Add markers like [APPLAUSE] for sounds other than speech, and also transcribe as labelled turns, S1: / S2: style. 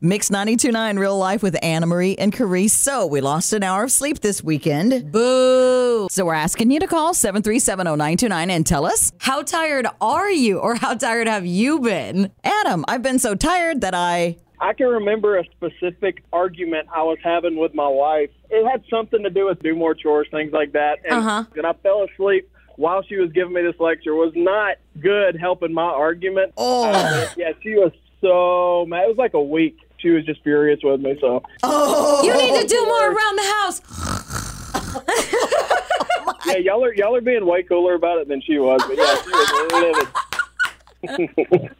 S1: Mix 929 Real Life with Anna Marie and Carice. So we lost an hour of sleep this weekend.
S2: Boo.
S1: So we're asking you to call 7370929 and tell us,
S2: How tired are you or how tired have you been?
S1: Adam, I've been so tired that I
S3: I can remember a specific argument I was having with my wife. It had something to do with do more chores, things like that. And, and I fell asleep while she was giving me this lecture. Was not good helping my argument.
S1: Oh.
S3: Uh, yeah, she was so mad. It was like a week. She was just furious with me. So
S2: You need to
S1: [LAUGHS]
S2: do more around the house.
S3: yeah, y'all are y'all are being way cooler about it than she was. But yeah, she was livid.